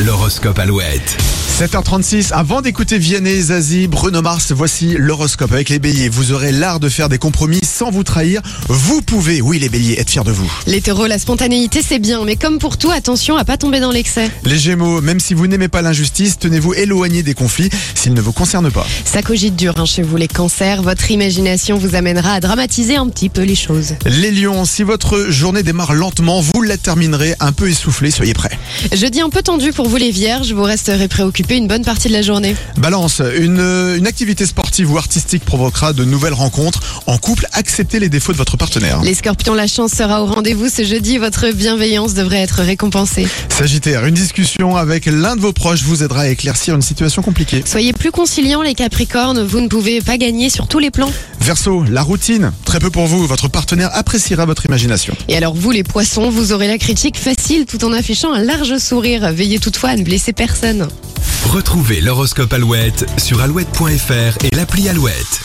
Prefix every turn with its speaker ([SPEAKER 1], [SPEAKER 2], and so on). [SPEAKER 1] L'horoscope Alouette.
[SPEAKER 2] 7h36, avant d'écouter Vianney, Zazie, Bruno Mars, voici l'horoscope avec les béliers. Vous aurez l'art de faire des compromis sans vous trahir. Vous pouvez, oui les béliers, être fiers de vous.
[SPEAKER 3] Les taureaux, la spontanéité c'est bien, mais comme pour tout, attention à pas tomber dans l'excès.
[SPEAKER 2] Les gémeaux, même si vous n'aimez pas l'injustice, tenez-vous éloigné des conflits s'ils ne vous concernent pas.
[SPEAKER 3] Ça cogite dur hein, chez vous les cancers, votre imagination vous amènera à dramatiser un petit peu les choses.
[SPEAKER 2] Les lions, si votre journée démarre lentement, vous la terminerez un peu essoufflé, soyez prêts.
[SPEAKER 3] Jeudi un peu tendu pour vous les vierges, vous resterez préoccupés une bonne partie de la journée.
[SPEAKER 2] Balance, une, euh, une activité sportive ou artistique provoquera de nouvelles rencontres. En couple, acceptez les défauts de votre partenaire.
[SPEAKER 3] Les scorpions, la chance sera au rendez-vous ce jeudi, votre bienveillance devrait être récompensée.
[SPEAKER 2] Sagittaire, une discussion avec l'un de vos proches vous aidera à éclaircir une situation compliquée.
[SPEAKER 3] Soyez plus conciliants les capricornes, vous ne pouvez pas gagner sur tous les plans.
[SPEAKER 2] Verseau, la routine, très peu pour vous, votre partenaire appréciera votre imagination.
[SPEAKER 3] Et alors vous les poissons, vous aurez la critique facile tout en affichant un large sourire. Veillez toutefois à ne blesser personne.
[SPEAKER 1] Retrouvez l'horoscope Alouette sur alouette.fr et l'appli Alouette.